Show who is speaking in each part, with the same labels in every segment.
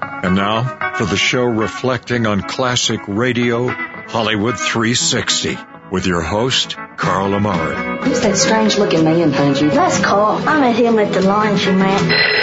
Speaker 1: And now for the show reflecting on classic radio, Hollywood 360, with your host, Carl Amari.
Speaker 2: Who's that strange looking man, Bungie?
Speaker 3: That's Carl. I met him at the laundry man.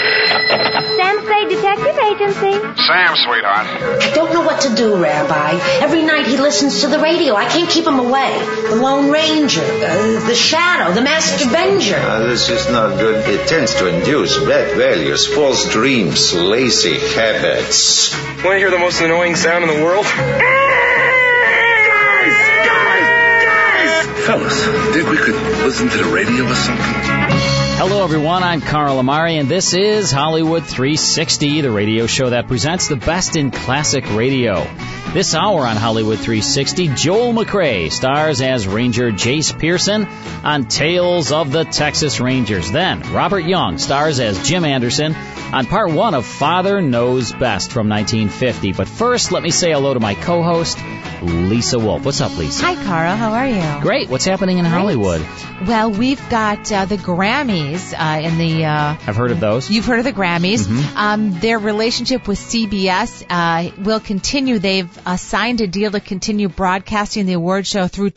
Speaker 4: Sam Spade Detective Agency.
Speaker 5: Sam, sweetheart.
Speaker 3: I don't know what to do, Rabbi. Every night he listens to the radio. I can't keep him away. The Lone Ranger, uh, the Shadow, the Master Avenger.
Speaker 6: Uh, this is not good. It tends to induce bad values, false dreams, lazy habits.
Speaker 7: Want to hear the most annoying sound in the world? Guys! Guys! Guys!
Speaker 8: Fellas, think we could listen to the radio or something?
Speaker 9: Hello, everyone. I'm Carl Amari, and this is Hollywood 360, the radio show that presents the best in classic radio. This hour on Hollywood 360, Joel McRae stars as Ranger Jace Pearson on Tales of the Texas Rangers. Then, Robert Young stars as Jim Anderson on part one of Father Knows Best from 1950. But first, let me say hello to my co host, Lisa Wolf. What's up, Lisa?
Speaker 10: Hi, Carl. How are you?
Speaker 9: Great. What's happening in Hollywood?
Speaker 10: Well, we've got uh, the Grammys uh, in the. Uh,
Speaker 9: I've heard of those.
Speaker 10: You've heard of the Grammys. Um, their relationship with CBS uh, will continue. They've uh, signed a deal to continue broadcasting the award show through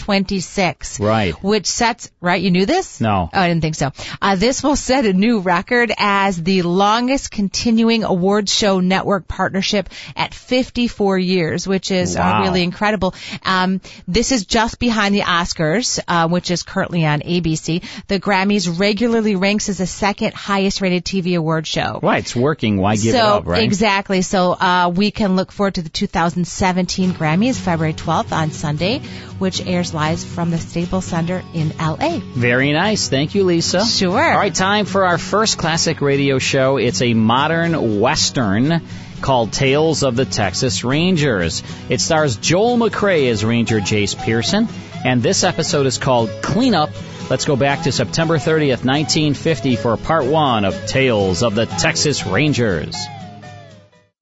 Speaker 10: 2026.
Speaker 9: Right.
Speaker 10: Which sets, right? You knew this?
Speaker 9: No.
Speaker 10: Oh, I didn't think so. Uh, this will set a new record as the longest continuing awards show network partnership at 54 years, which is
Speaker 9: Wow.
Speaker 10: uh, really incredible. Um, this is just behind the Oscars, uh, which is currently on ABC. The Grammys regularly ranks as the second highest rated TV award show.
Speaker 9: Right, it's working. Why give
Speaker 10: so
Speaker 9: it up, right?
Speaker 10: exactly. So uh, we can look forward to the 2017 Grammys, February 12th on Sunday, which airs live from the Staples Center in LA.
Speaker 9: Very nice. Thank you, Lisa.
Speaker 10: Sure.
Speaker 9: All right, time for our first classic radio show. It's a modern western called Tales of the Texas Rangers. It stars Joel McRae as Ranger Jace Pearson, and this episode is called Cleanup. Let's go back to September 30th, 1950 for part one of Tales of the Texas Rangers.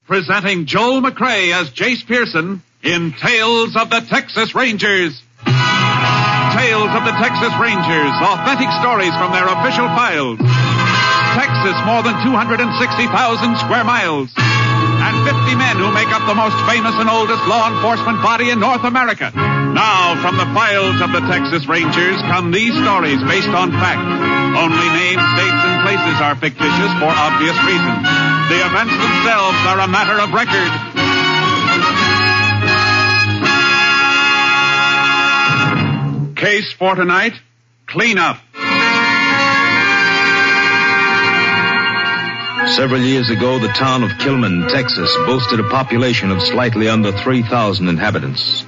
Speaker 11: presenting Joel McRae as Jace Pearson in Tales of the Texas Rangers. Tales of the Texas Rangers, authentic stories from their official files. Texas, more than 260,000 square miles. And 50 men who make up the most famous and oldest law enforcement body in North America. Now, from the files of the Texas Rangers come these stories based on fact. Only names, dates, and places are fictitious for obvious reasons. The events themselves are a matter of record. Case for tonight, cleanup.
Speaker 12: Several years ago, the town of Kilman, Texas, boasted a population of slightly under 3,000 inhabitants.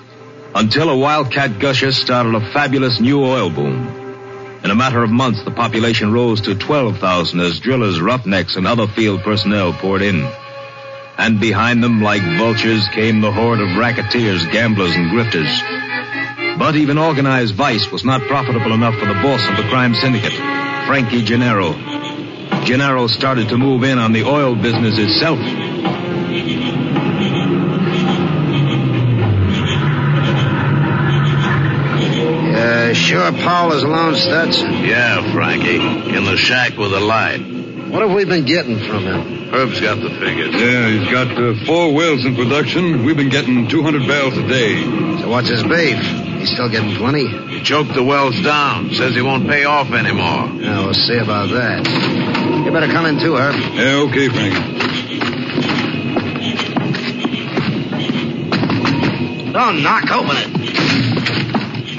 Speaker 12: Until a wildcat gusher started a fabulous new oil boom. In a matter of months, the population rose to 12,000 as drillers, roughnecks, and other field personnel poured in. And behind them, like vultures, came the horde of racketeers, gamblers, and grifters. But even organized vice was not profitable enough for the boss of the crime syndicate, Frankie Gennaro. Gennaro started to move in on the oil business itself.
Speaker 13: Uh, sure, Paul is alone, Stetson.
Speaker 14: Yeah, Frankie. In the shack with a light.
Speaker 13: What have we been getting from him?
Speaker 14: Herb's got the figures.
Speaker 15: Yeah, he's got uh, four wells in production. We've been getting 200 barrels a day.
Speaker 13: So what's his beef? He's still getting plenty?
Speaker 14: He choked the wells down. Says he won't pay off anymore.
Speaker 13: Yeah, we'll see about that. You better come in too, Herb.
Speaker 15: Yeah, okay, Frankie.
Speaker 13: Don't knock, open it.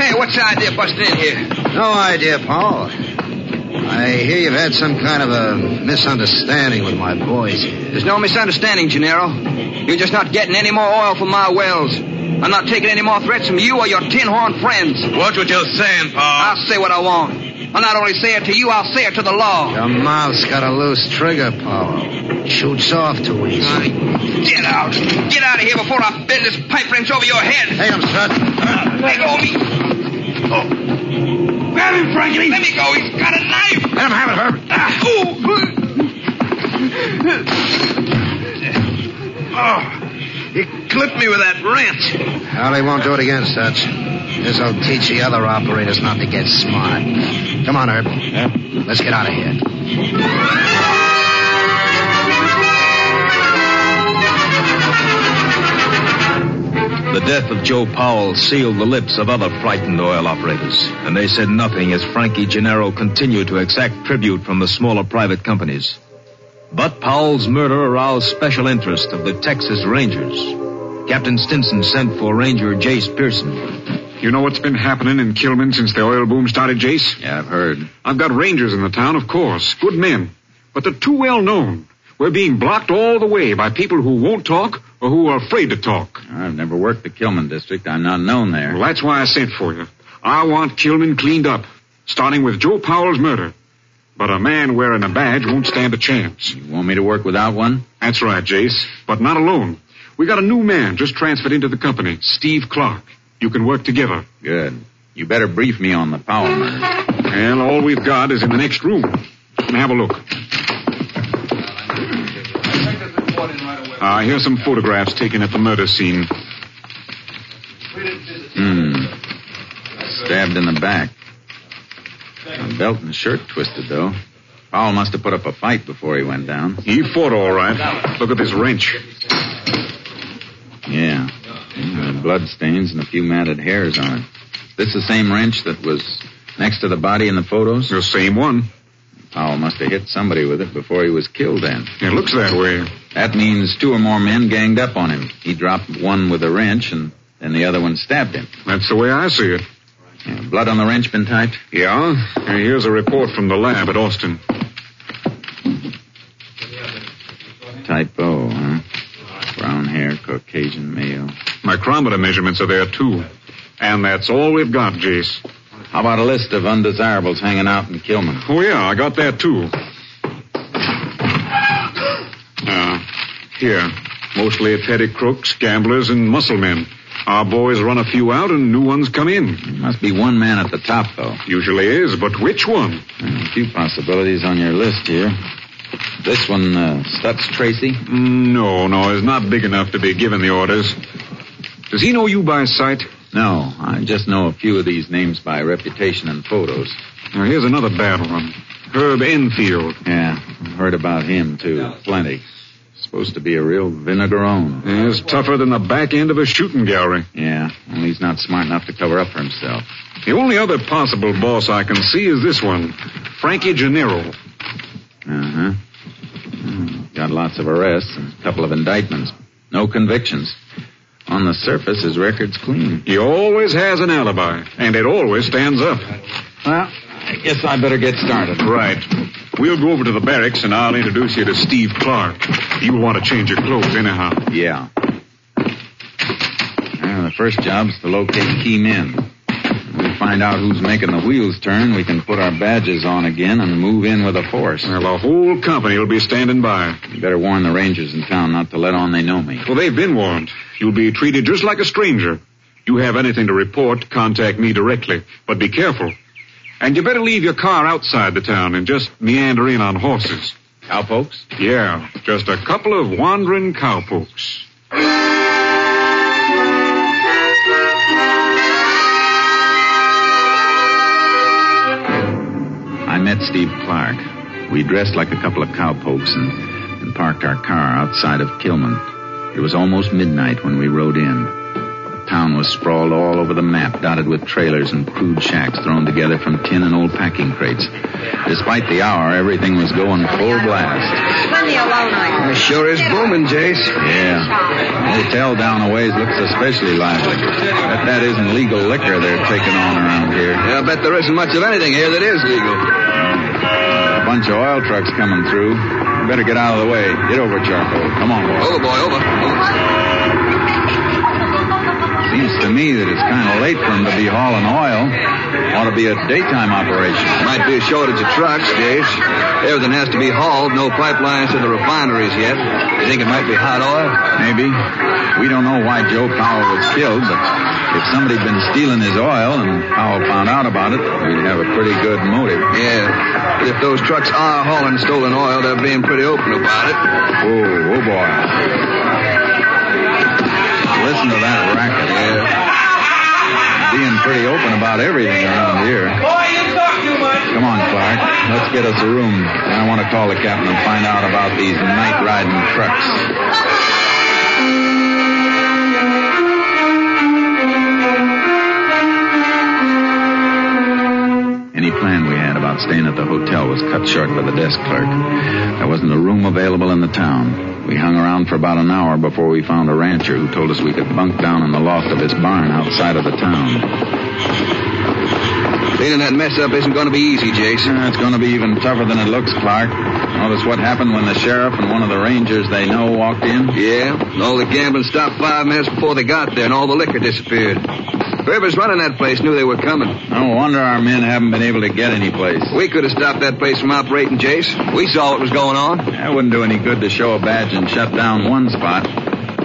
Speaker 16: Hey, what's the idea busting in here?
Speaker 13: No idea, Paul. I hear you've had some kind of a misunderstanding with my boys.
Speaker 16: There's no misunderstanding, Gennaro. You're just not getting any more oil from my wells. I'm not taking any more threats from you or your tin horn friends. Watch what you're saying, Pa. I'll say what I want. I'll not only say it to you, I'll say it to the law.
Speaker 13: Your mouth's got a loose trigger, Paul. Shoots off too easy.
Speaker 16: Get out. Get out of here before I bend this pipe wrench over your head. Hey, I'm certain. Let go of me. Oh. Grab him, Frankie. Let me go. He's got a knife. Ah. Let him have it, Herb.
Speaker 14: Oh, he clipped me with that wrench.
Speaker 13: Well, he won't do it again, Such. This'll teach the other operators not to get smart. Come on, Herb. Let's get out of here.
Speaker 12: death of Joe Powell sealed the lips of other frightened oil operators, and they said nothing as Frankie Gennaro continued to exact tribute from the smaller private companies. But Powell's murder aroused special interest of the Texas Rangers. Captain Stinson sent for Ranger Jace Pearson.
Speaker 17: You know what's been happening in Kilman since the oil boom started, Jace?
Speaker 12: Yeah, I've heard.
Speaker 17: I've got rangers in the town, of course. Good men. But they're too well known. We're being blocked all the way by people who won't talk or who are afraid to talk.
Speaker 6: I've never worked the Kilman district. I'm not known there.
Speaker 17: Well, that's why I sent for you. I want Kilman cleaned up, starting with Joe Powell's murder. But a man wearing a badge won't stand a chance.
Speaker 6: You want me to work without one?
Speaker 17: That's right, Jace. But not alone. We got a new man just transferred into the company, Steve Clark. You can work together.
Speaker 6: Good. You better brief me on the Powell murder.
Speaker 17: Well, all we've got is in the next room. Now have a look. Ah, here's some photographs taken at the murder scene.
Speaker 6: Hmm. Stabbed in the back. My belt and shirt twisted, though. Powell must have put up a fight before he went down.
Speaker 17: He fought all right. Look at this wrench.
Speaker 6: Yeah. yeah blood stains and a few matted hairs on it. This the same wrench that was next to the body in the photos?
Speaker 17: The same one.
Speaker 6: Powell must have hit somebody with it before he was killed then.
Speaker 17: It looks that way.
Speaker 6: That means two or more men ganged up on him. He dropped one with a wrench and then the other one stabbed him.
Speaker 17: That's the way I see it.
Speaker 6: Yeah, blood on the wrench been typed?
Speaker 17: Yeah. Here's a report from the lab at Austin.
Speaker 6: Typo, huh? Brown hair, Caucasian male.
Speaker 17: Micrometer measurements are there, too. And that's all we've got, Jace.
Speaker 6: How about a list of undesirables hanging out in Kilman?
Speaker 17: Oh, yeah, I got that, too. Uh, here. Mostly petty crooks, gamblers, and muscle men. Our boys run a few out and new ones come in.
Speaker 6: There must be one man at the top, though.
Speaker 17: Usually is, but which one?
Speaker 6: A few possibilities on your list here. Hmm. This one, uh, Stutz Tracy?
Speaker 17: Mm, No, no, he's not big enough to be given the orders. Does he know you by sight?
Speaker 6: No, I just know a few of these names by reputation and photos.
Speaker 17: Now, here's another bad one. Herb Enfield.
Speaker 6: Yeah, I've heard about him, too. Plenty. Supposed to be a real vinegarone.
Speaker 17: Yeah, he's tougher than the back end of a shooting gallery.
Speaker 6: Yeah, well, he's not smart enough to cover up for himself.
Speaker 17: The only other possible boss I can see is this one, Frankie Gennaro.
Speaker 6: Uh-huh. Hmm, Got lots of arrests and a couple of indictments. No convictions. On the surface, his record's clean.
Speaker 17: He always has an alibi, and it always stands up.
Speaker 6: Well, I guess I better get started.
Speaker 17: Right. We'll go over to the barracks, and I'll introduce you to Steve Clark. You'll want to change your clothes anyhow.
Speaker 6: Yeah. Well, the first job's to locate key men we find out who's making the wheels turn, we can put our badges on again and move in with a force.
Speaker 17: Well, the whole company will be standing by.
Speaker 6: You better warn the rangers in town not to let on they know me.
Speaker 17: Well, they've been warned. You'll be treated just like a stranger. You have anything to report, contact me directly. But be careful. And you better leave your car outside the town and just meander in on horses.
Speaker 6: Cowpokes?
Speaker 17: Yeah, just a couple of wandering cowpokes.
Speaker 6: I met Steve Clark. We dressed like a couple of cowpokes and, and parked our car outside of Kilman. It was almost midnight when we rode in. The town was sprawled all over the map, dotted with trailers and crude shacks thrown together from tin and old packing crates. Despite the hour, everything was going full blast.
Speaker 3: Plenty of low night.
Speaker 18: It sure is booming, Jace.
Speaker 6: Yeah. The hotel down a ways looks especially lively. Bet that isn't legal liquor they're taking on around here.
Speaker 19: Yeah, I bet there isn't much of anything here that is legal.
Speaker 6: A bunch of oil trucks coming through. You better get out of the way. Get over, Charcoal. Come on, boy.
Speaker 19: Over, boy, over.
Speaker 6: Seems to me that it's kind of late for them to be hauling oil. Ought to be a daytime operation.
Speaker 19: Might be a shortage of trucks, Dave. Everything has to be hauled. No pipelines to the refineries yet. You think it might be hot oil?
Speaker 6: Maybe. We don't know why Joe Powell was killed, but if somebody'd been stealing his oil and Powell found out about it, we'd have a pretty good motive.
Speaker 19: Yeah. But if those trucks are hauling stolen oil, they're being pretty open about it.
Speaker 6: Oh, oh boy. Listen to that racket. Yeah. Being pretty open about everything around here.
Speaker 20: Boy, you talk too much.
Speaker 6: Come on, Clark. Let's get us a room. I want to call the captain and find out about these night riding trucks. was cut short by the desk clerk. There wasn't a room available in the town. We hung around for about an hour before we found a rancher who told us we could bunk down in the loft of his barn outside of the town.
Speaker 19: Cleaning that mess up isn't going to be easy, Jason.
Speaker 6: it's going to be even tougher than it looks, Clark. Notice what happened when the sheriff and one of the rangers they know walked in?
Speaker 19: Yeah, and all the gambling stopped five minutes before they got there, and all the liquor disappeared. Whoever's running that place knew they were coming.
Speaker 6: No wonder our men haven't been able to get any place.
Speaker 19: We could have stopped that place from operating, Jace. We saw what was going on.
Speaker 6: That wouldn't do any good to show a badge and shut down one spot.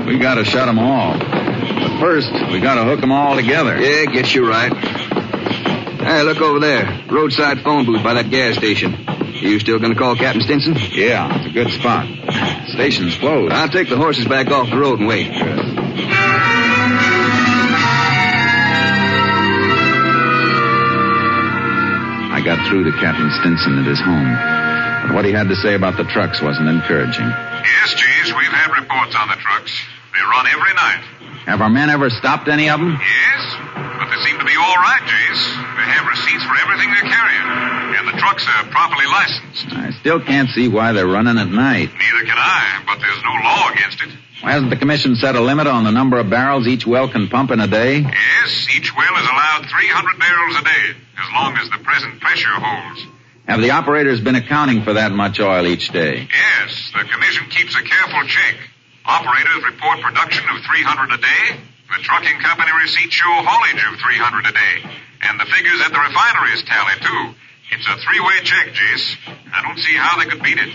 Speaker 6: We got to shut 'em all. But first, we got to hook 'em all together.
Speaker 19: Yeah, guess you're right. Hey, look over there. Roadside phone booth by that gas station. You still going to call Captain Stinson?
Speaker 6: Yeah, it's a good spot. Station's closed.
Speaker 19: I'll take the horses back off the road and wait.
Speaker 6: I got through to Captain Stinson at his home. But what he had to say about the trucks wasn't encouraging.
Speaker 17: Yes, James, we've had reports on the trucks. They run every night.
Speaker 6: Have our men ever stopped any of 'em?
Speaker 17: Yes, but they seem to be all right, Jace. They have receipts for everything they're carrying, and the trucks are properly licensed.
Speaker 6: I still can't see why they're running at night.
Speaker 17: Neither can I, but there's no law against it.
Speaker 6: Why hasn't the commission set a limit on the number of barrels each well can pump in a day?
Speaker 17: Yes, each well is allowed 300 barrels a day, as long as the present pressure holds.
Speaker 6: Have the operators been accounting for that much oil each day?
Speaker 17: Yes, the commission keeps a careful check. Operators report production of 300 a day. The trucking company receipts show haulage of 300 a day. And the figures at the refineries tally, too. It's a three-way check, Jace. I don't see how they could beat it.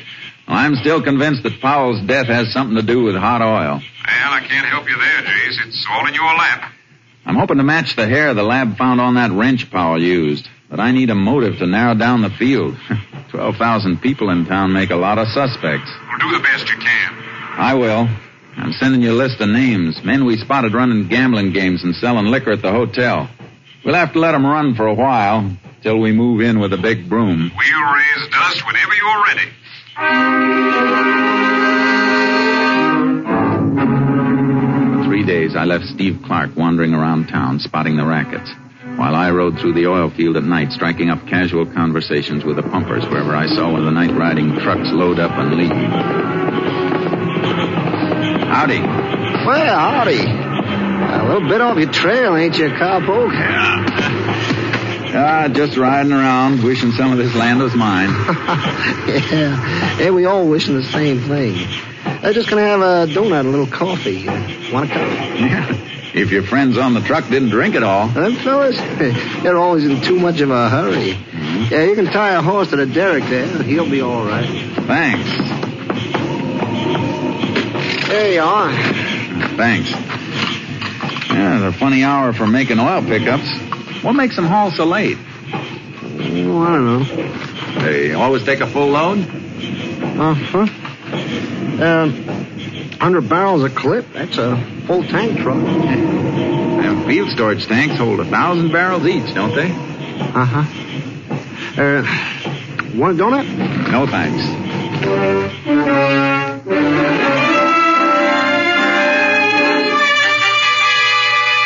Speaker 6: Well, I'm still convinced that Powell's death has something to do with hot oil.
Speaker 17: Well, I can't help you there, Jace. It's all in your lap.
Speaker 6: I'm hoping to match the hair the lab found on that wrench Powell used, but I need a motive to narrow down the field. 12,000 people in town make a lot of suspects.
Speaker 17: Well, do the best you can.
Speaker 6: I will. I'm sending you a list of names, men we spotted running gambling games and selling liquor at the hotel. We'll have to let 'em run for a while till we move in with a big broom.
Speaker 17: We'll raise dust whenever you're ready.
Speaker 6: For three days, I left Steve Clark wandering around town spotting the rackets, while I rode through the oil field at night, striking up casual conversations with the pumpers wherever I saw one of the night riding trucks load up and leave. Howdy.
Speaker 18: Well, howdy. A little bit off your trail, ain't you, cowpoke?
Speaker 6: Ah, just riding around, wishing some of this land was mine.
Speaker 18: yeah. Hey, we all wishing the same thing. I'm just gonna have a donut, a little coffee. Uh, Want a cup?
Speaker 6: If your friends on the truck didn't drink it all.
Speaker 18: Them fellas, they're always in too much of a hurry. Yeah, you can tie a horse to the derrick there. He'll be all right.
Speaker 6: Thanks.
Speaker 18: There you are.
Speaker 6: Thanks. Yeah, it's a funny hour for making oil pickups. What makes them haul so late?
Speaker 18: Oh, I don't know.
Speaker 6: They always take a full load?
Speaker 18: Uh huh. Um, 100 barrels a clip. That's a full tank truck.
Speaker 6: Them field storage tanks hold a thousand barrels each, don't they?
Speaker 18: Uh huh. Uh, want a donut?
Speaker 6: No thanks.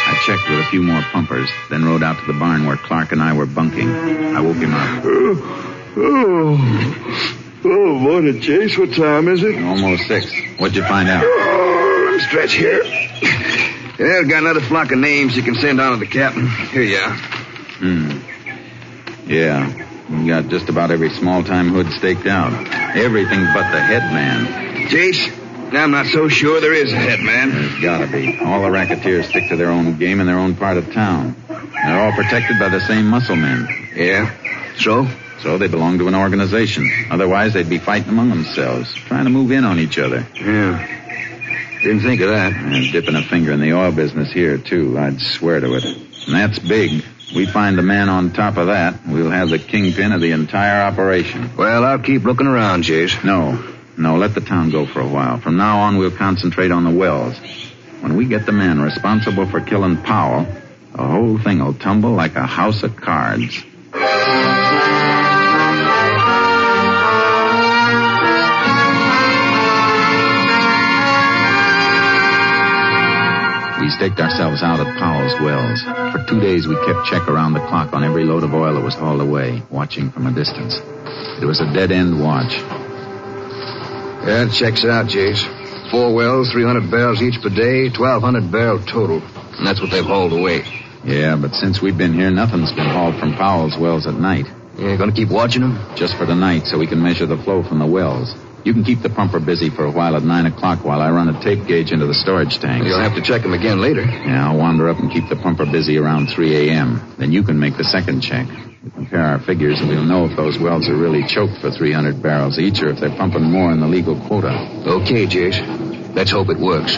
Speaker 6: I checked with a few more pumpers, then rode out to the barn where Clark and I were bunking. I woke him up.
Speaker 21: Oh, oh, morning, Chase. What time is it?
Speaker 6: Almost six. What'd you find out?
Speaker 21: Oh, let me stretch here.
Speaker 19: Yeah, I've got another flock of names you can send on to the captain. Here you are.
Speaker 6: Hmm. Yeah. We got just about every small time hood staked out. Everything but the head man.
Speaker 19: Jace, I'm not so sure there is a head man.
Speaker 6: There's gotta be. All the racketeers stick to their own game in their own part of town. They're all protected by the same muscle men.
Speaker 19: Yeah? So?
Speaker 6: So they belong to an organization. Otherwise they'd be fighting among themselves, trying to move in on each other.
Speaker 19: Yeah. Didn't think of that.
Speaker 6: And dipping a finger in the oil business here, too. I'd swear to it. And that's big. We find the man on top of that, we'll have the kingpin of the entire operation.
Speaker 19: Well, I'll keep looking around, Jace.
Speaker 6: No, no, let the town go for a while. From now on, we'll concentrate on the wells. When we get the man responsible for killing Powell, the whole thing will tumble like a house of cards. We staked ourselves out at Powell's Wells. For two days, we kept check around the clock on every load of oil that was hauled away, watching from a distance. It was a dead end watch.
Speaker 16: That checks out, Jase. Four wells, 300 barrels each per day, 1,200 barrel total. And that's what they've hauled away.
Speaker 6: Yeah, but since we've been here, nothing's been hauled from Powell's Wells at night.
Speaker 16: Yeah, gonna keep watching them?
Speaker 6: Just for tonight, so we can measure the flow from the wells. You can keep the pumper busy for a while at 9 o'clock while I run a tape gauge into the storage tanks.
Speaker 16: You'll have to check them again later.
Speaker 6: Yeah, I'll wander up and keep the pumper busy around 3 a.m. Then you can make the second check. We compare our figures and we'll know if those wells are really choked for 300 barrels each or if they're pumping more in the legal quota.
Speaker 16: Okay, Jace. Let's hope it works.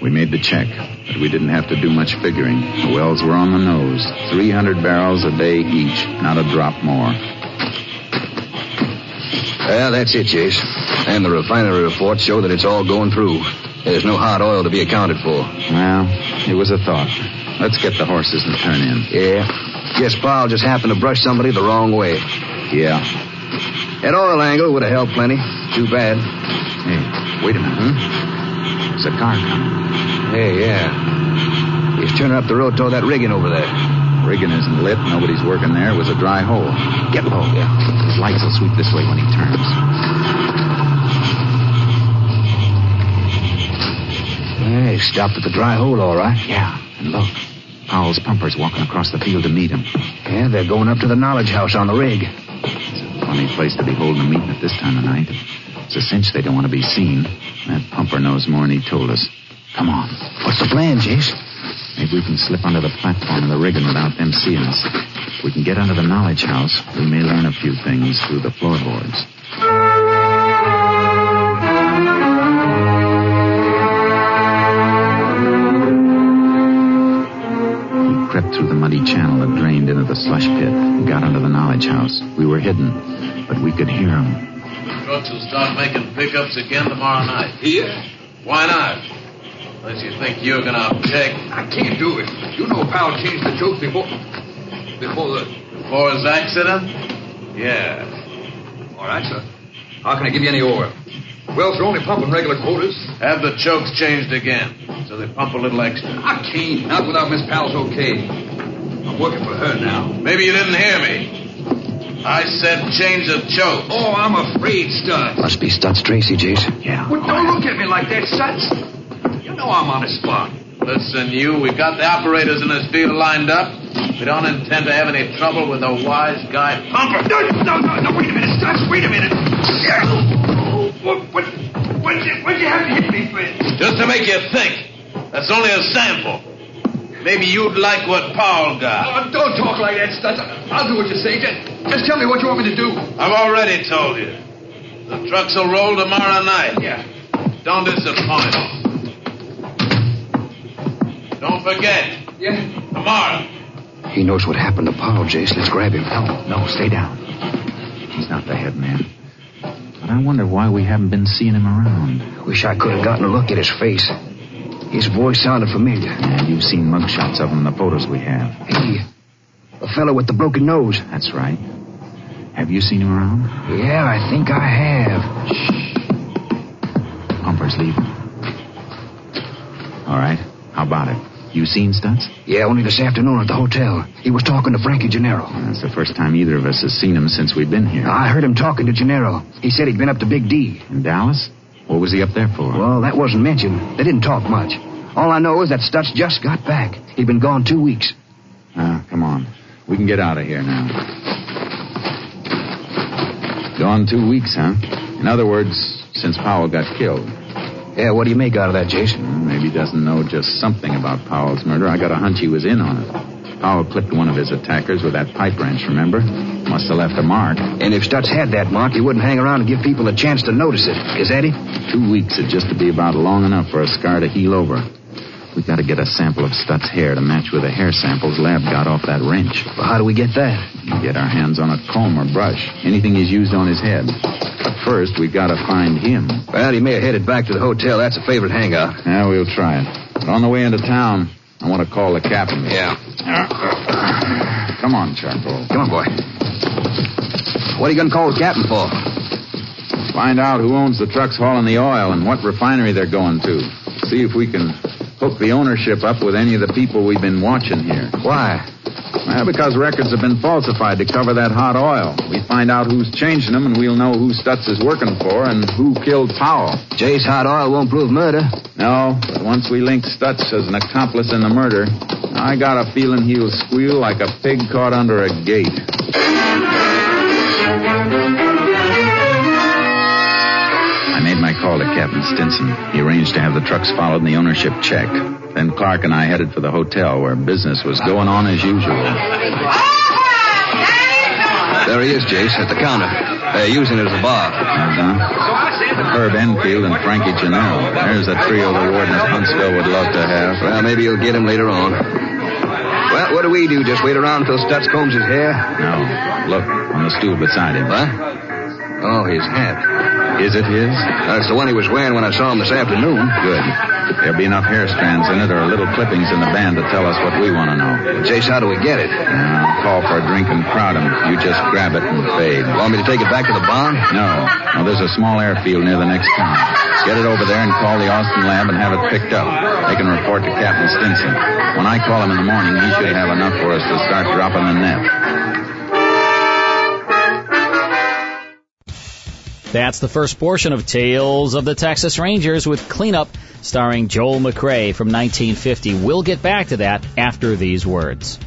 Speaker 6: We made the check, but we didn't have to do much figuring. The wells were on the nose, 300 barrels a day each, not a drop more.
Speaker 16: Well, that's it, Chase. And the refinery reports show that it's all going through. There's no hot oil to be accounted for.
Speaker 6: Well, it was a thought. Let's get the horses and turn in.
Speaker 16: Yeah. Guess Powell just happened to brush somebody the wrong way.
Speaker 6: Yeah.
Speaker 16: That oil angle would have helped plenty. Too bad. Hmm?
Speaker 6: Hey, wait a minute. Huh? There's a car coming.
Speaker 16: Hey, yeah. He's turning up the road toward that rigging over there.
Speaker 6: Rigging isn't lit. Nobody's working there. It was a dry hole. Get low. Yeah. His lights will sweep this way when he turns.
Speaker 16: Hey, he stopped at the dry hole, all right.
Speaker 6: Yeah. And look. Powell's pumper's walking across the field to meet him.
Speaker 16: Yeah, they're going up to the knowledge house on the rig.
Speaker 6: It's a funny place to be holding a meeting at this time of night. It's a cinch they don't want to be seen. That pumper knows more'n he told us. Come on.
Speaker 16: What's the plan, Jace?
Speaker 6: Maybe we can slip under the platform of the rigging without them seeing us. If we can get under the knowledge house, we may learn a few things through the floorboards. We crept through the muddy channel that drained into the slush pit and got under the knowledge house. We were hidden, but we could hear them.
Speaker 14: The trucks will start making pickups again tomorrow night.
Speaker 15: Here?
Speaker 14: Why not? Unless you think you're going to object.
Speaker 15: I can't do it. You know Powell changed the joke before. Before the.
Speaker 14: Before his accident? Yeah.
Speaker 15: All right, sir. How can I give you any oil? Wells are only pumping regular quotas.
Speaker 14: Have the chokes changed again, so they pump a little extra.
Speaker 15: I can't. Not without Miss Powell's okay. I'm working for her now.
Speaker 14: Maybe you didn't hear me. I said change the choke.
Speaker 15: Oh, I'm afraid, Stutz.
Speaker 16: Must be Stutz Tracy, Jason.
Speaker 6: Yeah.
Speaker 15: Well, don't look at me like that, Stutz. No, I'm on the spot.
Speaker 14: Listen, you, we've got the operators in this field lined up. We don't intend to have any trouble with a wise guy pumper.
Speaker 15: No, no, no, no, wait a minute, Stutz, wait a minute. Yeah. Oh, what, what, what'd, you, what'd you have to hit me with?
Speaker 14: Just to make you think. That's only a sample. Maybe you'd like what Paul got.
Speaker 15: Oh, don't talk like that, Stutz. I'll do what you say. Just, just tell me what you want me to do.
Speaker 14: I've already told you. The trucks will roll tomorrow night.
Speaker 15: Yeah.
Speaker 14: Don't disappoint. Don't forget.
Speaker 15: Yeah.
Speaker 14: Tomorrow.
Speaker 16: He knows what happened to Paul, Jace. Let's grab him.
Speaker 6: No, no, stay down. He's not the head man. But I wonder why we haven't been seeing him around.
Speaker 16: Wish I could have gotten a look at his face. His voice sounded familiar.
Speaker 6: Yeah, you've seen mugshots of him in the photos we have.
Speaker 16: He. The fellow with the broken nose.
Speaker 6: That's right. Have you seen him around?
Speaker 16: Yeah, I think I have.
Speaker 6: Shh. Pumper's leaving. All right. How about it? You seen Stutz?
Speaker 16: Yeah, only this afternoon at the hotel. He was talking to Frankie Gennaro.
Speaker 6: That's the first time either of us has seen him since we've been here.
Speaker 16: I heard him talking to Gennaro. He said he'd been up to Big D.
Speaker 6: In Dallas? What was he up there for?
Speaker 16: Well, that wasn't mentioned. They didn't talk much. All I know is that Stutz just got back. He'd been gone two weeks.
Speaker 6: Ah, come on. We can get out of here now. Gone two weeks, huh? In other words, since Powell got killed. Hmm,
Speaker 16: Yeah, what do you make out of that, Jason?
Speaker 6: Maybe he doesn't know just something about Powell's murder. I got a hunch he was in on it. Powell clipped one of his attackers with that pipe wrench, remember? Must have left a mark.
Speaker 16: And if Stutz had that mark, he wouldn't hang around and give people a chance to notice it. Is that it?
Speaker 6: Two weeks would just to be about long enough for a scar to heal over. We've got to get a sample of Stutz's hair to match with the hair samples Lab got off that wrench.
Speaker 16: Well, how do we get that?
Speaker 6: We get our hands on a comb or brush, anything he's used on his head. But first, we've got to find him.
Speaker 16: Well, he may have headed back to the hotel. That's a favorite hangout.
Speaker 6: Yeah, we'll try it. But on the way into town, I want to call the captain.
Speaker 16: Yeah.
Speaker 6: Come on, Charcoal.
Speaker 16: Come on, boy. What are you going to call the captain for?
Speaker 6: Find out who owns the trucks hauling the oil and what refinery they're going to. See if we can hook the ownership up with any of the people we've been watching here.
Speaker 16: Why?
Speaker 6: Well, because records have been falsified to cover that hot oil. We find out who's changing them, and we'll know who Stutz is working for and who killed Powell.
Speaker 16: Jay's hot oil won't prove murder.
Speaker 6: No, but once we link Stutz as an accomplice in the murder, I got a feeling he'll squeal like a pig caught under a gate. I made my call to Captain Stinson. He arranged to have the trucks followed and the ownership checked. Then Clark and I headed for the hotel where business was going on as usual.
Speaker 16: There he is, Jace, at the counter. They're using it as a bar.
Speaker 6: Uh-huh. Herb Enfield and Frankie Janelle. There's a trio the warden of Huntsville would love to have.
Speaker 16: Well, maybe you'll get him later on. Well, what do we do? Just wait around till Stutz combs his hair?
Speaker 6: No. Look, on the stool beside him.
Speaker 16: What? Oh, his hat.
Speaker 6: Is it his?
Speaker 16: That's Uh, the one he was wearing when I saw him this afternoon.
Speaker 6: Good. There'll be enough hair strands in it or little clippings in the band to tell us what we want to know.
Speaker 16: Jace, how do we get it?
Speaker 6: Now, call for a drink and crowd 'em. You just grab it and fade.
Speaker 16: Want me to take it back to the barn?
Speaker 6: No. No, there's a small airfield near the next town. Get it over there and call the Austin lab and have it picked up. They can report to Captain Stinson. When I call him in the morning, he should have enough for us to start dropping the net.
Speaker 9: That's the first portion of Tales of the Texas Rangers with Cleanup starring Joel McRae from 1950. We'll get back to that after these words.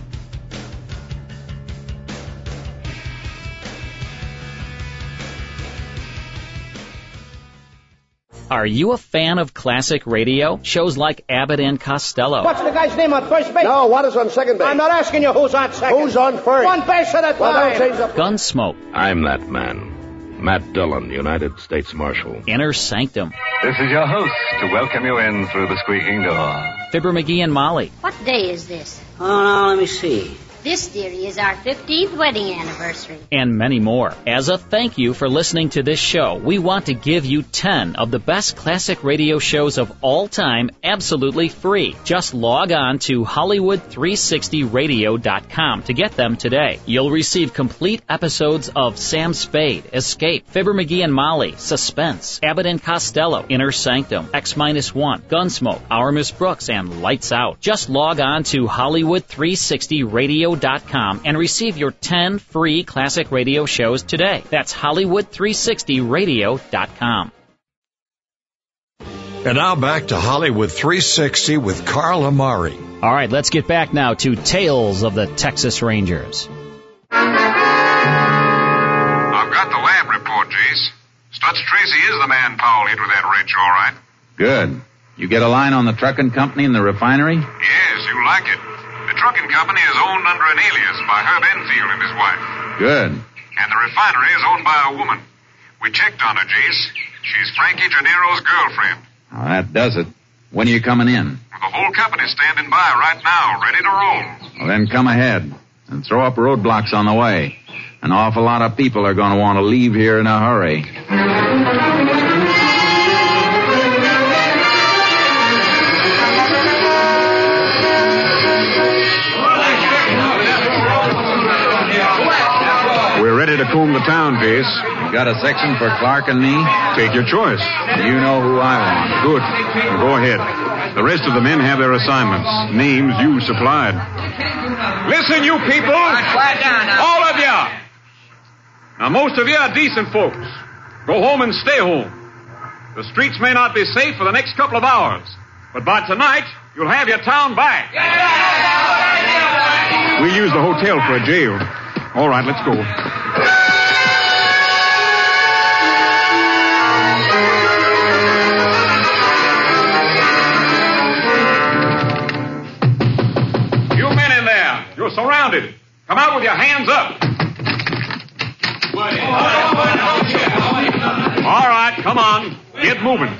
Speaker 9: Are you a fan of classic radio? Shows like Abbott and Costello.
Speaker 22: What's the guy's name on first base?
Speaker 23: No, what is on second base?
Speaker 22: I'm not asking you who's on second.
Speaker 23: Who's on first?
Speaker 22: One base at a time.
Speaker 23: Well, don't change the-
Speaker 9: Gunsmoke.
Speaker 24: I'm that man. Matt Dillon, United States Marshal.
Speaker 9: Inner Sanctum.
Speaker 25: This is your host to welcome you in through the squeaking door.
Speaker 9: Fibber McGee and Molly.
Speaker 26: What day is this?
Speaker 27: Oh, now, let me see.
Speaker 26: This, dearie, is our 15th wedding anniversary.
Speaker 9: and many more. As a thank you for listening to this show, we want to give you 10 of the best classic radio shows of all time absolutely free. Just log on to Hollywood360radio.com to get them today. You'll receive complete episodes of Sam Spade, Escape, Fibber McGee and Molly, Suspense, Abbott and Costello, Inner Sanctum, X-1, Gunsmoke, Our Miss Brooks, and Lights Out. Just log on to Hollywood360radio.com and receive your 10 free classic radio shows today. That's Hollywood360radio.com.
Speaker 1: And now back to Hollywood 360 with Carl Amari.
Speaker 9: All right, let's get back now to Tales of the Texas Rangers.
Speaker 17: I've got the lab report, Jace. Stutz Tracy is the man Powell hit with that wrench, all right.
Speaker 6: Good. You get a line on the trucking company and the refinery?
Speaker 17: Yes, you like it. The trucking company is owned under an alias by Herb Enfield and his wife,
Speaker 6: Good.
Speaker 17: and the refinery is owned by a woman. We checked on her, Jace. She's Frankie Gennaro's girlfriend.
Speaker 6: Now, that does it. When are you coming in?
Speaker 17: The whole company's standing by right now, ready to roll.
Speaker 6: Well, then come ahead and throw up roadblocks on the way. An awful lot of people are going to want to leave here in a hurry.
Speaker 28: We're ready to comb the town, Jace.
Speaker 6: You got a section for Clark and me?
Speaker 28: Take your choice.
Speaker 6: You know who I want.
Speaker 28: Good. Go ahead. The rest of the men have their assignments, names you supplied. Listen, you people! All of you!
Speaker 11: Now, most of you are decent folks. Go home and stay home. The streets may not be safe for the next couple of hours, but by tonight, you'll have your town back.
Speaker 28: We use the hotel for a jail. All right, let's go.
Speaker 11: You men in there, you're surrounded. Come out with your hands up. All right, come on. Get moving.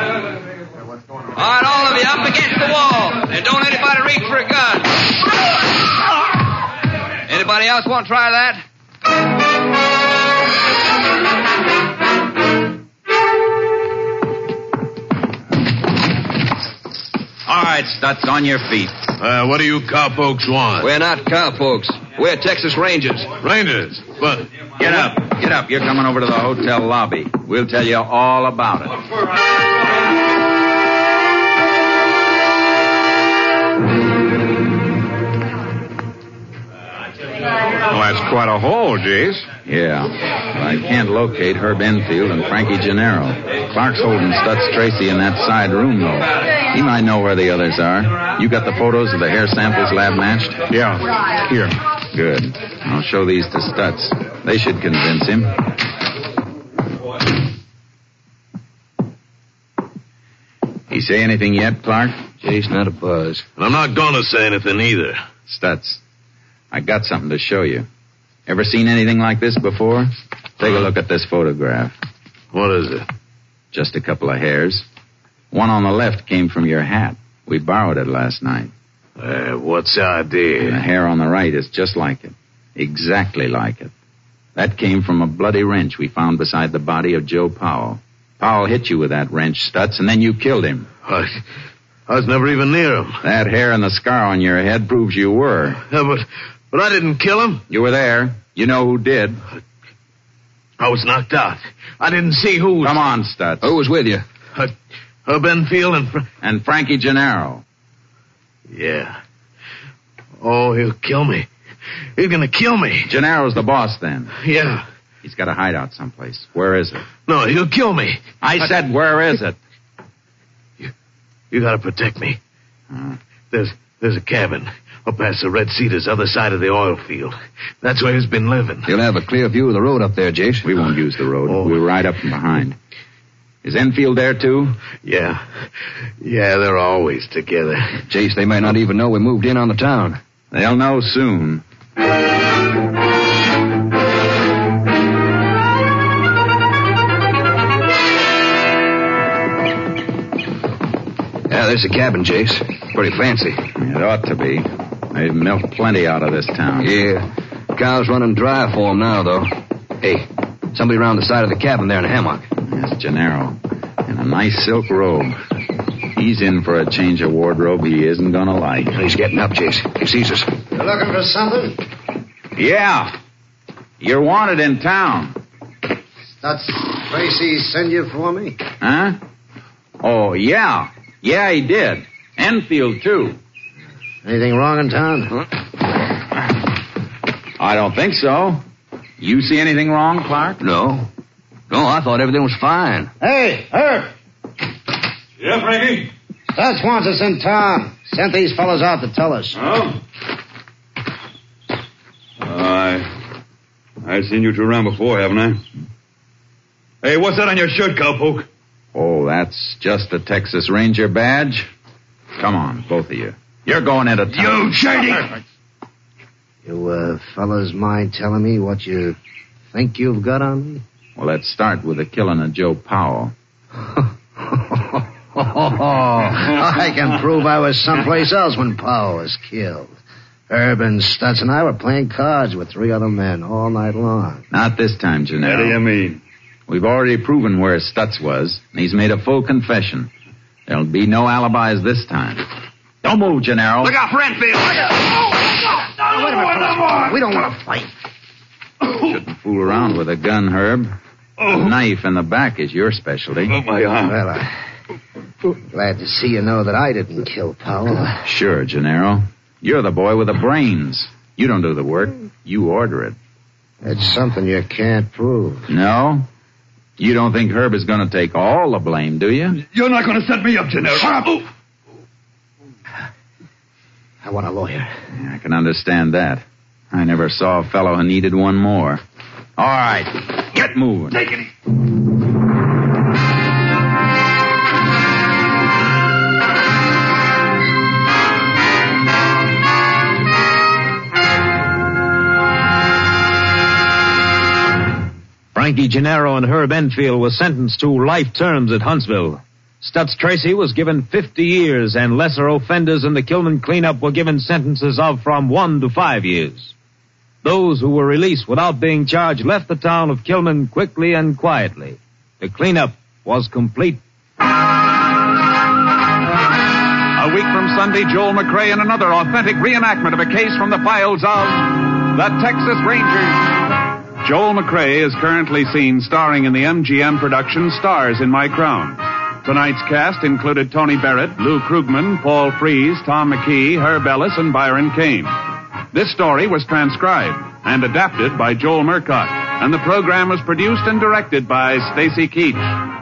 Speaker 19: All right, all of you, up against the wall. And don't anybody reach for a gun. Anybody else want to try that?
Speaker 29: All right, Stutz, on your feet.
Speaker 14: Uh, what do you cowpokes want?
Speaker 15: We're not cowpokes. We're Texas Rangers.
Speaker 14: Rangers? But
Speaker 29: Get up. Get up. You're coming over to the hotel lobby. We'll tell you all about it.
Speaker 14: Well, that's quite a hole, Jace.
Speaker 6: Yeah. But I can't locate Herb Enfield and Frankie Gennaro. Clark's holding Stutz Tracy in that side room, though. He might know where the others are. You got the photos of the hair samples lab matched?
Speaker 14: Yeah. Here.
Speaker 6: Good. I'll show these to Stutz. They should convince him. He say anything yet, Clark?
Speaker 29: Jay's not a buzz.
Speaker 14: And I'm not gonna say anything either.
Speaker 6: Stutz, I got something to show you. Ever seen anything like this before? Take a look at this photograph.
Speaker 14: What is it?
Speaker 6: Just a couple of hairs. One on the left came from your hat. We borrowed it last night.
Speaker 14: Uh, what's the idea?
Speaker 6: And the hair on the right is just like it. Exactly like it. That came from a bloody wrench we found beside the body of Joe Powell. Powell hit you with that wrench, Stutz, and then you killed him.
Speaker 14: I, I was never even near him.
Speaker 6: That hair and the scar on your head proves you were.
Speaker 14: Yeah, but, but I didn't kill him.
Speaker 6: You were there. You know who did.
Speaker 14: I was knocked out. I didn't see who was.
Speaker 6: Come on, Stutz.
Speaker 15: Who was with you?
Speaker 14: Uh, Herb Enfield and. Fra-
Speaker 6: And Frankie Gennaro.
Speaker 14: yeah. Oh, he'll kill me. He's gonna kill me.
Speaker 6: Gennaro's the boss then.
Speaker 14: Yeah.
Speaker 6: He's got a hideout someplace. Where is it?
Speaker 14: No, he'll kill me.
Speaker 6: I said, where is it?
Speaker 14: You gotta protect me. Uh,
Speaker 6: Huh.
Speaker 14: There's there's a cabin up past the Red Cedars, other side of the oil field. That's where he's been living.
Speaker 16: You'll have a clear view of the road up there, Jace.
Speaker 6: We won't use the road.
Speaker 14: Oh.
Speaker 6: We're right up from behind. Is Enfield there too?
Speaker 14: Yeah, yeah, they're always together.
Speaker 16: Jace, they might not even know we moved in on the town.
Speaker 6: They'll know soon.
Speaker 16: Yeah, there's a cabin, Jace. Pretty fancy.
Speaker 6: It ought to be. They've milked plenty out of this town.
Speaker 16: Yeah. Cows running dry for 'em now, though. Hey, somebody around the side of the cabin there in a hammock.
Speaker 6: That's Gennaro. In a nice silk robe. He's in for a change of wardrobe he isn't gonna like.
Speaker 16: He's getting up, Jace. He sees us.
Speaker 13: You looking for something?
Speaker 6: Yeah. You're wanted in town.
Speaker 13: That's Tracy send you for me?
Speaker 6: Huh? Oh, yeah. Yeah, he did. Enfield, too.
Speaker 13: Anything wrong in town?
Speaker 6: I don't think so. You see anything wrong, Clark?
Speaker 16: No. No, Oh, I thought everything was fine.
Speaker 13: Hey, Herb!
Speaker 17: Yeah, Frankie?
Speaker 13: Stutz wants us in town. Sent these fellows out to tell us.
Speaker 17: Oh? I. I've seen you two around before, haven't I? Hey, what's that on your shirt, cowpoke?
Speaker 6: Oh, that's just the Texas Ranger badge? Come on, both of you. You're going into town.
Speaker 14: shady!
Speaker 13: You, uh, fellas mind telling me what you think you've got on me?
Speaker 6: Well, let's start with the killing of Joe Powell.
Speaker 13: Oh, I can prove I was someplace else when Powell was killed. Herb and Stutz and I were playing cards with three other men all night long.
Speaker 6: Not this time,
Speaker 17: What do you
Speaker 6: Gennaro.
Speaker 17: mean?
Speaker 6: We've already proven where Stutz was, and he's made a full confession. There'll be no alibis this time. Don't move, Gennaro.
Speaker 15: Look out for Enfield! Look out! Oh, no, no,
Speaker 13: Wait a
Speaker 15: no,
Speaker 13: minute,
Speaker 15: no,
Speaker 13: fellas.
Speaker 15: no.
Speaker 13: We don't want to fight.
Speaker 6: Shouldn't fool around with a gun, Herb. A knife in the back is your specialty.
Speaker 17: Oh, my arm.
Speaker 13: Well, I... Glad to see you know that I didn't kill Powell.
Speaker 6: Sure, Gennaro. You're the boy with the brains. You don't do the work. You order it.
Speaker 13: It's something you can't prove.
Speaker 6: No? You don't think Herb is going to take all the blame, do you?
Speaker 17: You're not going to set me up, Gennaro. Oh. Shut up!
Speaker 13: I want a lawyer.
Speaker 6: Yeah, I can understand that. I never saw a fellow who needed one more. All right, get moving.
Speaker 17: Take it.
Speaker 12: Frankie Gennaro and Herb Enfield were sentenced to life terms at Huntsville. Stutz Tracy was given 50 years, and lesser offenders in the Kilman cleanup were given sentences of from one to five years. Those who were released without being charged left the town of Kilman quickly and quietly. The cleanup was complete. A week
Speaker 11: Sunday, Joel McRae in another authentic reenactment of a case from the files of the Texas Rangers. Joel McRae is currently seen starring in the MGM production Stars in My Crown. Tonight's cast included Tony Barrett, Lou Krugman, Paul Fries, Tom McKee, Herb Ellis, and Byron Kane. This story was transcribed and adapted by Joel Murcott, and the program was produced and directed by Stacy Keach.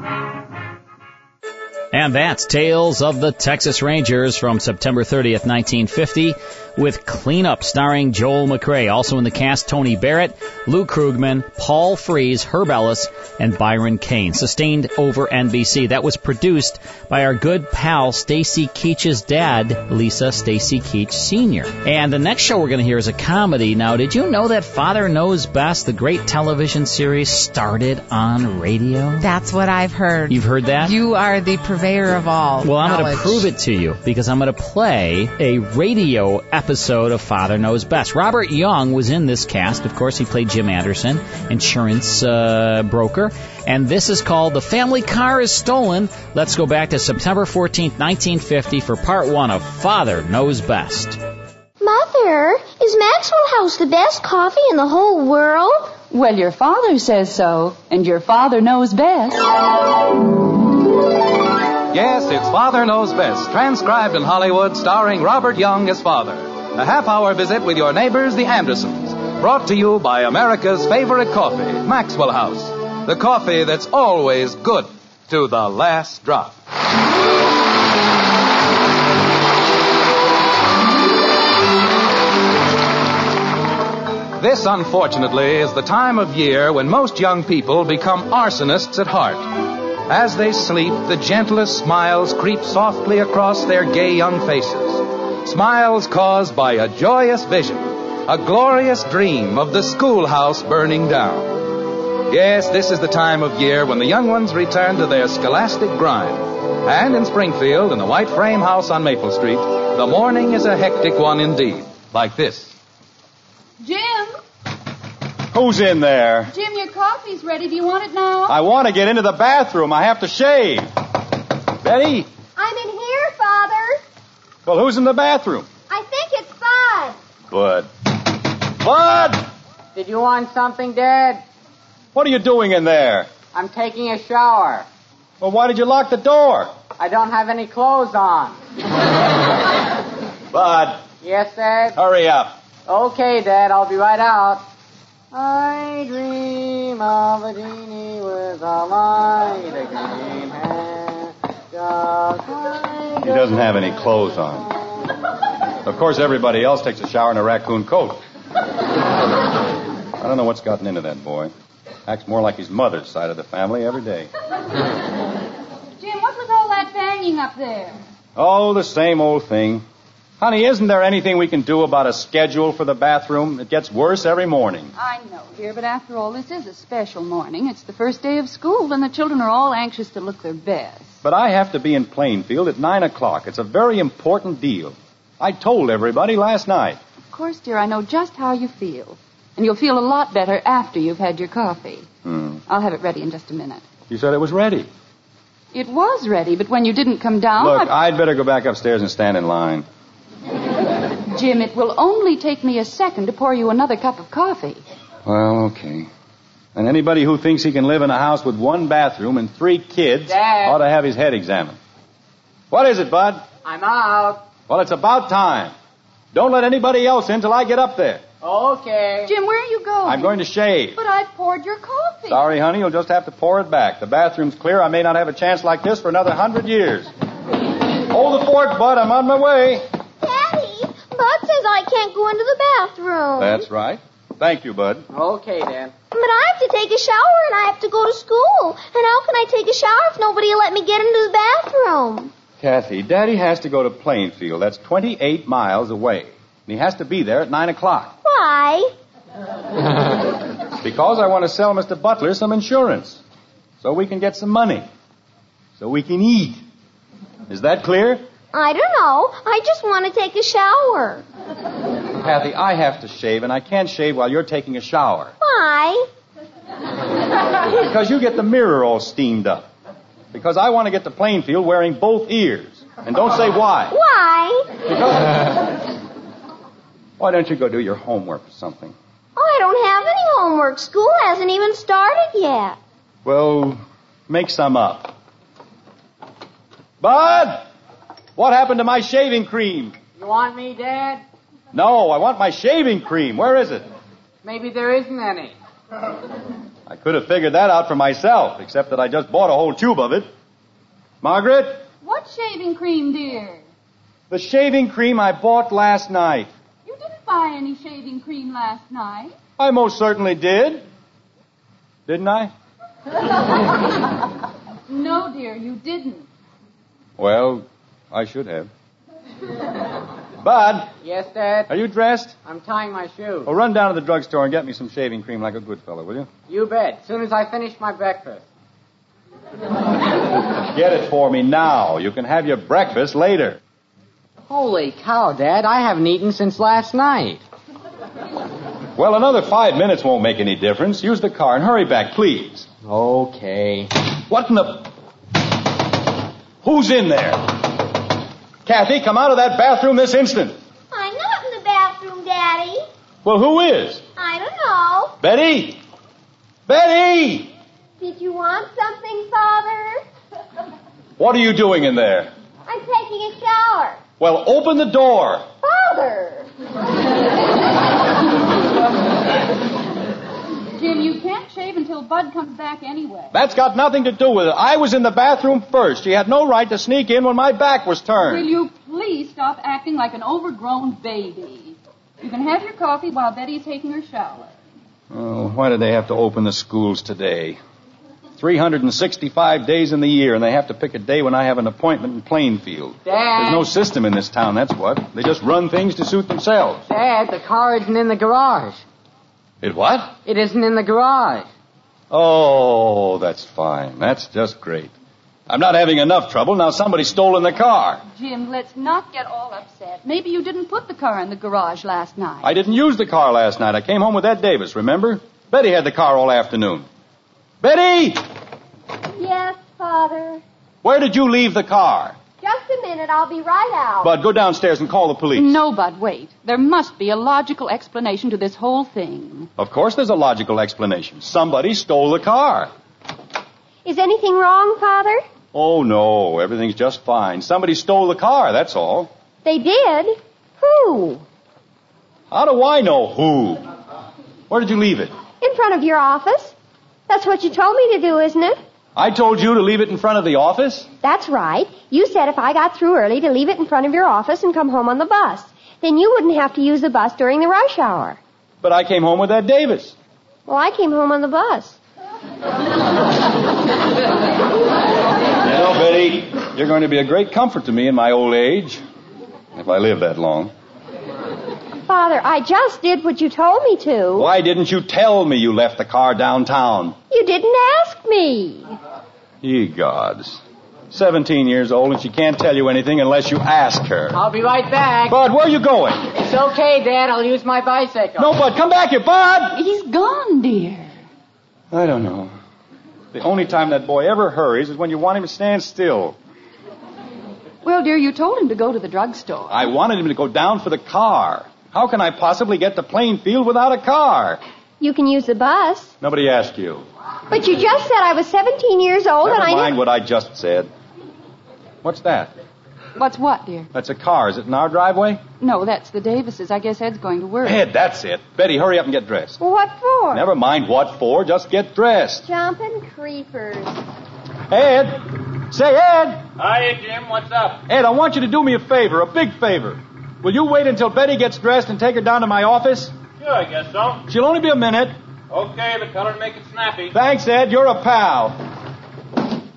Speaker 9: And that's Tales of the Texas Rangers from September 30th, 1950, with Cleanup starring Joel McRae. Also in the cast, Tony Barrett, Lou Krugman, Paul Fries, Herb Ellis, and Byron Kane. Sustained over NBC. That was produced by our good pal, Stacy Keach's dad, Lisa Stacy Keach Sr. And the next show we're going to hear is a comedy. Now, did you know that Father Knows Best, the great television series, started on radio?
Speaker 3: That's what I've heard.
Speaker 9: You've heard that?
Speaker 3: You are the purveyor of all.
Speaker 9: Well, I'm going
Speaker 3: knowledge.
Speaker 9: to prove it to you because I'm going to play a radio episode of Father Knows Best. Robert Young was in this cast. Of course, he played Jim Anderson, insurance uh, broker. And this is called The Family Car is Stolen. Let's go back to September 14th, 1950 for part one of Father Knows Best.
Speaker 20: Mother, is Maxwell House the best coffee in the whole world?
Speaker 8: Well, your father says so, and your father knows best.
Speaker 30: Yes, it's Father Knows Best, transcribed in Hollywood, starring Robert Young as father. A half hour visit with your neighbors, the Andersons, brought to you by America's favorite coffee, Maxwell House. The coffee that's always good to the last drop. This, unfortunately, is the time of year when most young people become arsonists at heart. As they sleep, the gentlest smiles creep softly across their gay young faces. Smiles caused by a joyous vision, a glorious dream of the schoolhouse burning down. Yes, this is the time of year when the young ones return to their scholastic grind. And in Springfield, in the white frame house on Maple Street, the morning is a hectic one indeed, like this.
Speaker 18: Jim,
Speaker 23: Who's in there?
Speaker 18: Jim, your coffee's ready. Do you want it now?
Speaker 23: I want to get into the bathroom. I have to shave. Betty?
Speaker 18: I'm in here, Father.
Speaker 23: Well, who's in the bathroom?
Speaker 18: I think it's Bud.
Speaker 23: Bud. Bud!
Speaker 27: Did you want something, Dad?
Speaker 23: What are you doing in there?
Speaker 27: I'm taking a shower.
Speaker 23: Well, why did you lock the door?
Speaker 27: I don't have any clothes on.
Speaker 23: Bud,
Speaker 27: Yes, Dad?
Speaker 23: hurry up.
Speaker 27: Okay, Dad, I'll be right out. I dream of a genie with a light of green hair. Just like
Speaker 23: He doesn't have any clothes on. Of course, everybody else takes a shower in a raccoon coat. I don't know what's gotten into that boy. Acts more like his mother's side of the family every day.
Speaker 18: Jim, what was all that banging up there?
Speaker 23: Oh, the same old thing. Honey, isn't there anything we can do about a schedule for the bathroom? It gets worse every morning.
Speaker 18: I know, dear, but after all, this is a special morning. It's the first day of school, and the children are all anxious to look their best.
Speaker 23: But I have to be in Plainfield at 9 o'clock. It's a very important deal. I told everybody last night.
Speaker 18: Of course, dear, I know just how you feel. And you'll feel a lot better after you've had your coffee.
Speaker 23: Hmm.
Speaker 18: I'll have it ready in just a minute.
Speaker 23: You said it was ready.
Speaker 18: It was ready, but when you didn't come down,
Speaker 23: Look, I'd better go back upstairs and stand in line.
Speaker 18: I... Jim, it will only take me a second to pour you another cup of coffee.
Speaker 23: Well, okay. And anybody who thinks he can live in a house with one bathroom and three kids
Speaker 27: Dad.
Speaker 23: ought to have his head examined. What is it, Bud?
Speaker 27: I'm out.
Speaker 23: Well, it's about time. Don't let anybody else in till I get up there.
Speaker 27: Okay.
Speaker 18: Jim, where are you going?
Speaker 23: I'm going to shave.
Speaker 18: But I poured your coffee.
Speaker 23: Sorry, honey, you'll just have to pour it back. The bathroom's clear. I may not have a chance like this for another hundred years. Hold the fort, Bud. I'm on my way.
Speaker 20: Daddy, Bud says I can't go into the bathroom.
Speaker 23: That's right. Thank you, Bud.
Speaker 27: Okay, Dad.
Speaker 20: But I have to take a shower and I have to go to school. And how can I take a shower if nobody will let me get into the bathroom?
Speaker 23: Kathy, Daddy has to go to Plainfield. That's 28 miles away. And he has to be there at 9 o'clock
Speaker 20: Why?
Speaker 23: because I want to sell Mr. Butler some insurance so we can get some money, so we can eat. Is that clear?
Speaker 20: I don't know. I just want to take a shower.
Speaker 23: Kathy, I have to shave, and I can't shave while you're taking a shower
Speaker 20: Why?
Speaker 23: because you get the mirror all steamed up. Because I want to get to Plainfield wearing both ears. And don't say why.
Speaker 20: Why?
Speaker 23: Why don't you go do your homework or something?
Speaker 20: Oh, I don't have any homework. School hasn't even started yet.
Speaker 23: Well, make some up. Bud! What happened to my shaving cream?
Speaker 27: You want me, Dad?
Speaker 23: No, I want my shaving cream. Where is it?
Speaker 27: Maybe there isn't any.
Speaker 23: I could have figured that out for myself, except that I just bought a whole tube of it. Margaret,
Speaker 18: What shaving cream, dear?
Speaker 23: the shaving cream I bought last night.
Speaker 18: You didn't buy any shaving cream last night.
Speaker 23: I most certainly did. Didn't I?
Speaker 18: no, dear, you didn't.
Speaker 23: Well, I should have. Bud,
Speaker 27: Yes, Dad?
Speaker 23: are you dressed?
Speaker 27: I'm tying my shoes.
Speaker 23: Well, run down to the drugstore and get me some shaving cream like a good fellow, will you?
Speaker 27: You bet. Soon as I finish my breakfast.
Speaker 23: Get it for me now. You can have your breakfast later.
Speaker 27: Holy cow, Dad. I haven't eaten since last night.
Speaker 23: Well, another five minutes won't make any difference. Use the car and hurry back, please. Okay. What in the. Who's in there? Kathy, come out of that bathroom this instant.
Speaker 20: I'm not in the bathroom, Daddy.
Speaker 23: Well, who is?
Speaker 20: I don't know.
Speaker 23: Betty? Betty!
Speaker 20: Did you want something, Father?
Speaker 23: What are you doing in there?
Speaker 20: I'm taking a shower.
Speaker 23: Well, open the door.
Speaker 20: Father!
Speaker 18: Jim, you can't shave until Bud comes back anyway.
Speaker 23: That's got nothing to do with it. I was in the bathroom first. You had no right to sneak in when my back was
Speaker 18: Will
Speaker 23: turned.
Speaker 18: you please stop acting like an overgrown baby? You can have your coffee while Betty's taking her shower.
Speaker 23: Oh, why do they have to open the schools today? 365 days in the year, and they have to pick a day when I have an appointment in Plainfield. There's
Speaker 27: Dad?
Speaker 23: no system in this town, that's what. They just run things to suit themselves.
Speaker 27: Dad, the car isn't in the garage.
Speaker 23: It what?
Speaker 27: It isn't in the garage.
Speaker 23: Oh, that's fine. That's just great. I'm not having enough trouble. Now somebody's stolen the car.
Speaker 18: Jim, let's not get all upset. Maybe you didn't put the car in the garage last night.
Speaker 23: I didn't use the car last night. I came home with Ed Davis, remember? Betty had the car all afternoon. Betty!
Speaker 20: yes, Father.
Speaker 23: Where did you leave the car?
Speaker 20: Just a minute, I'll be right out.
Speaker 23: Bud, go downstairs and call the police.
Speaker 18: No, Bud, wait. There must be a logical explanation to this whole thing.
Speaker 23: Of course there's a logical explanation. Somebody stole the car.
Speaker 20: Is anything wrong, Father?
Speaker 23: Oh no, everything's just fine. Somebody stole the car, that's all.
Speaker 20: They did. Who?
Speaker 23: How do I know who? Where did you leave it?
Speaker 20: In front of your office. That's what you told me to do, isn't it?
Speaker 23: I told you to leave it in front of the office?
Speaker 20: That's right. You said if I got through early to leave it in front of your office and come home on the bus. Then you wouldn't have to use the bus during the rush hour.
Speaker 23: But I came home with Ed Davis.
Speaker 20: Well, I came home on the bus.
Speaker 23: You know, Betty, you're going to be a great comfort to me in my old age. If I live that long.
Speaker 20: Father, I just did what you told me to.
Speaker 23: Why didn't you tell me you left the car downtown?
Speaker 20: You didn't ask me.
Speaker 23: Ye gods. Seventeen years old and she can't tell you anything unless you ask her.
Speaker 27: I'll be right back.
Speaker 23: Bud, where are you going?
Speaker 27: It's okay, Dad. I'll use my bicycle.
Speaker 23: No, Bud, come back here, Bud!
Speaker 18: He's gone, dear.
Speaker 23: I don't know. The only time that boy ever hurries is when you want him to stand still.
Speaker 18: Well, dear, you told him to go to the drugstore.
Speaker 23: I wanted him to go down for the car. How can I possibly get to Plainfield without a car?
Speaker 20: You can use the bus.
Speaker 23: Nobody asked you.
Speaker 20: But you just said I was 17 years old
Speaker 23: Never
Speaker 20: and I
Speaker 23: mind
Speaker 20: knew.
Speaker 23: what I just said. What's that?
Speaker 18: What's what, dear?
Speaker 23: That's a car. Is it in our driveway?
Speaker 18: No, that's the Davises. I guess Ed's going to work.
Speaker 23: Ed, that's it. Betty, hurry up and get dressed.
Speaker 20: What for?
Speaker 23: Never mind what for. Just get dressed.
Speaker 20: Jumping creepers.
Speaker 23: Ed, say Ed.
Speaker 15: Hiya, Jim. What's up?
Speaker 23: Ed, I want you to do me a favor, a big favor. Will you wait until Betty gets dressed and take her down to my office?
Speaker 15: Sure, I guess so.
Speaker 23: She'll only be a minute.
Speaker 15: Okay, but tell her to make it snappy.
Speaker 23: Thanks, Ed. You're a pal.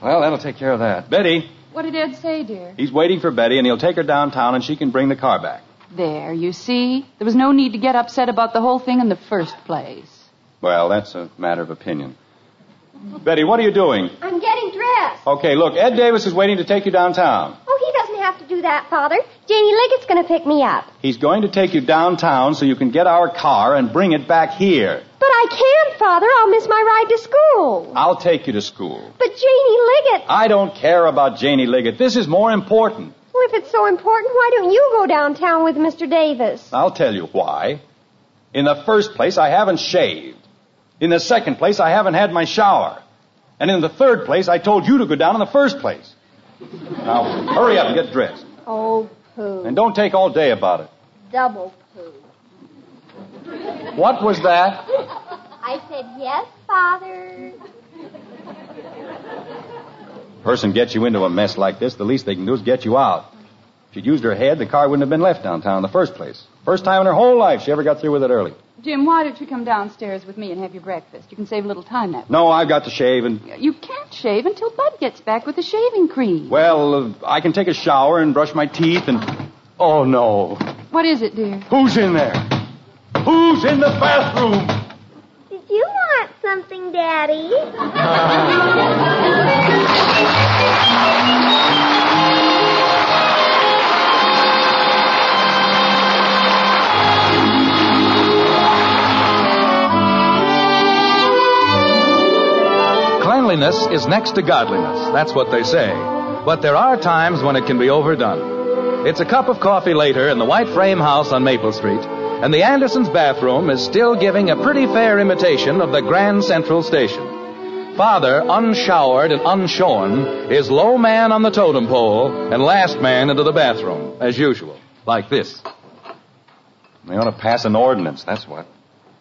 Speaker 23: Well, that'll take care of that. Betty,
Speaker 18: What did Ed say, dear?
Speaker 23: he's waiting for Betty, and he'll take her downtown, and she can bring the car back.
Speaker 18: There, you see? There was no need to get upset about the whole thing in the first place.
Speaker 23: Well, that's a matter of opinion. Betty, what are you doing?
Speaker 20: I'm getting dressed.
Speaker 23: Okay, look, Ed Davis is waiting to take you downtown.
Speaker 20: Oh, he doesn't have to do that, Father. Janie Liggett's going to pick me up.
Speaker 23: He's going to take you downtown so you can get our car and bring it back here.
Speaker 20: But I can't, Father. I'll miss my ride to school.
Speaker 23: I'll take you to school.
Speaker 20: But Janie Liggett.
Speaker 23: I don't care about Janie Liggett. This is more important.
Speaker 20: Well, if it's so important, why don't you go downtown with Mr. Davis?
Speaker 23: I'll tell you why. In the first place, I haven't shaved. In the second place, I haven't had my shower. And in the third place, I told you to go down in the first place. Now, hurry up and get dressed.
Speaker 20: Oh, poo.
Speaker 23: And don't take all day about it.
Speaker 20: Double poo.
Speaker 23: What was that?
Speaker 20: I said, yes, Father.
Speaker 23: Person gets you into a mess like this, the least they can do is get you out. If she'd used her head, the car wouldn't have been left downtown in the first place. First time in her whole life she ever got through with it early.
Speaker 18: Jim, why don't you come downstairs with me and have your breakfast? You can save a little time that way.
Speaker 23: No, I've got to shave and
Speaker 18: You can't shave until Bud gets back with the shaving cream.
Speaker 23: Well, uh, I can take a shower and brush my teeth and. Oh, no.
Speaker 18: What is it, dear?
Speaker 23: Who's in there? Who's in the bathroom?
Speaker 1: Did you want something, Daddy?
Speaker 30: Cleanliness is next to godliness. That's what they say. But there are times when it can be overdone. It's a cup of coffee later in the white frame house on Maple Street, and the Andersons' bathroom is still giving a pretty fair imitation of the Grand Central Station. Father, unshowered and unshorn, is low man on the totem pole and last man into the bathroom, as usual, like this.
Speaker 23: They ought to pass an ordinance, that's what.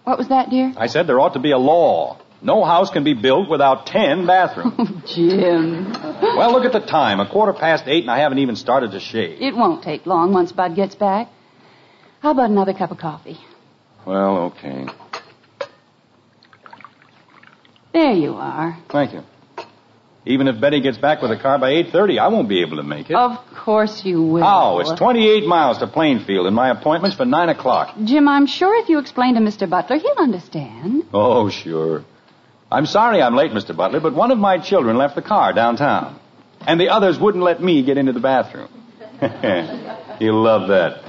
Speaker 18: What was that, dear?
Speaker 23: I said there ought to be a law. No house can be built without ten bathrooms.
Speaker 18: Jim.
Speaker 23: well, look at the time. A quarter past eight, and I haven't even started to shave.
Speaker 18: It won't take long once Bud gets back. How about another cup of coffee?
Speaker 23: Well, okay.
Speaker 18: There you are.
Speaker 23: Thank you. Even if Betty gets back with the car by 8.30, I won't be able to make it.
Speaker 18: Of course you will.
Speaker 23: How? Oh, It's 28 miles to Plainfield, and my appointment's for 9 o'clock.
Speaker 18: Jim, I'm sure if you explain to Mr. Butler, he'll understand.
Speaker 23: Oh, sure. I'm sorry I'm late, Mr. Butler, but one of my children left the car downtown. And the others wouldn't let me get into the bathroom. You'll love that.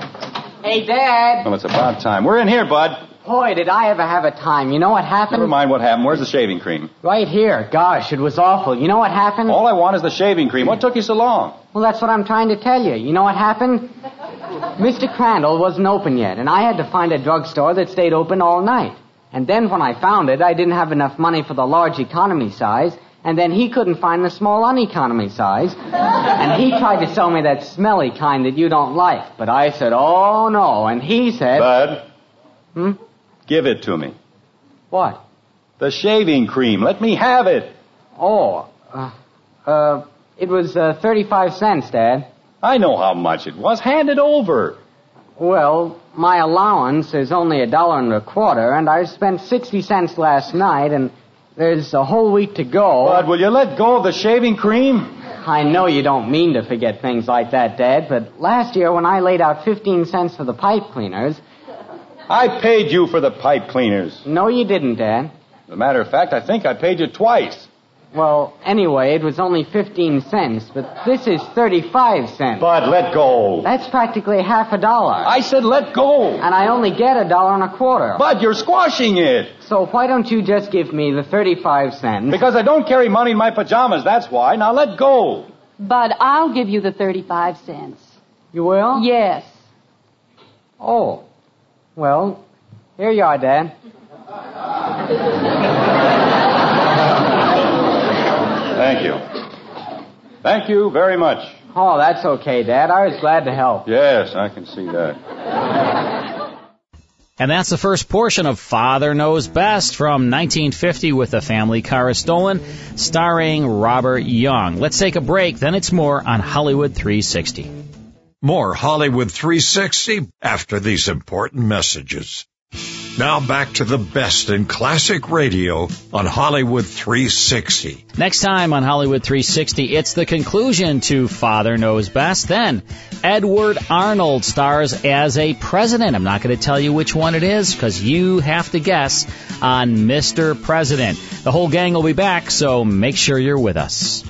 Speaker 21: Hey, Dad.
Speaker 23: Well, it's about time. We're in here, bud.
Speaker 21: Boy, did I ever have a time. You know what happened?
Speaker 23: Never mind what happened. Where's the shaving cream?
Speaker 21: Right here. Gosh, it was awful. You know what happened?
Speaker 23: All I want is the shaving cream. What took you so long?
Speaker 21: Well, that's what I'm trying to tell you. You know what happened? Mr. Crandall wasn't open yet, and I had to find a drugstore that stayed open all night. And then when I found it, I didn't have enough money for the large economy size, and then he couldn't find the small uneconomy size. And he tried to sell me that smelly kind that you don't like, but I said, oh no, and he said...
Speaker 23: Bud?
Speaker 21: Hmm?
Speaker 23: Give it to me.
Speaker 21: What?
Speaker 23: The shaving cream. Let me have it.
Speaker 21: Oh, uh, uh, it was uh, 35 cents, Dad.
Speaker 23: I know how much it was. Hand it over.
Speaker 21: Well, my allowance is only a dollar and a quarter, and I spent 60 cents last night, and there's a whole week to go.
Speaker 23: Bud, will you let go of the shaving cream?
Speaker 21: I know you don't mean to forget things like that, Dad, but last year when I laid out 15 cents for the pipe cleaners.
Speaker 23: I paid you for the pipe cleaners.
Speaker 21: No, you didn't, Dad.
Speaker 23: As a matter of fact, I think I paid you twice.
Speaker 21: Well, anyway, it was only 15 cents, but this is 35 cents.
Speaker 23: Bud, let go.
Speaker 21: That's practically half a dollar.
Speaker 23: I said let go.
Speaker 21: And I only get a dollar and a quarter.
Speaker 23: Bud, you're squashing it.
Speaker 21: So why don't you just give me the 35 cents?
Speaker 23: Because I don't carry money in my pajamas, that's why. Now let go.
Speaker 18: Bud, I'll give you the 35 cents.
Speaker 21: You will?
Speaker 18: Yes.
Speaker 21: Oh. Well, here you are, Dad.
Speaker 23: Thank you. Thank you very much.
Speaker 21: Oh, that's okay, Dad. I was glad to help.
Speaker 23: Yes, I can see that.
Speaker 9: And that's the first portion of Father Knows Best from 1950 with The Family Car is Stolen, starring Robert Young. Let's take a break, then it's more on Hollywood 360.
Speaker 14: More Hollywood 360 after these important messages. Now back to the best in classic radio on Hollywood 360.
Speaker 9: Next time on Hollywood 360, it's the conclusion to Father Knows Best. Then, Edward Arnold stars as a president. I'm not going to tell you which one it is because you have to guess on Mr. President. The whole gang will be back, so make sure you're with us.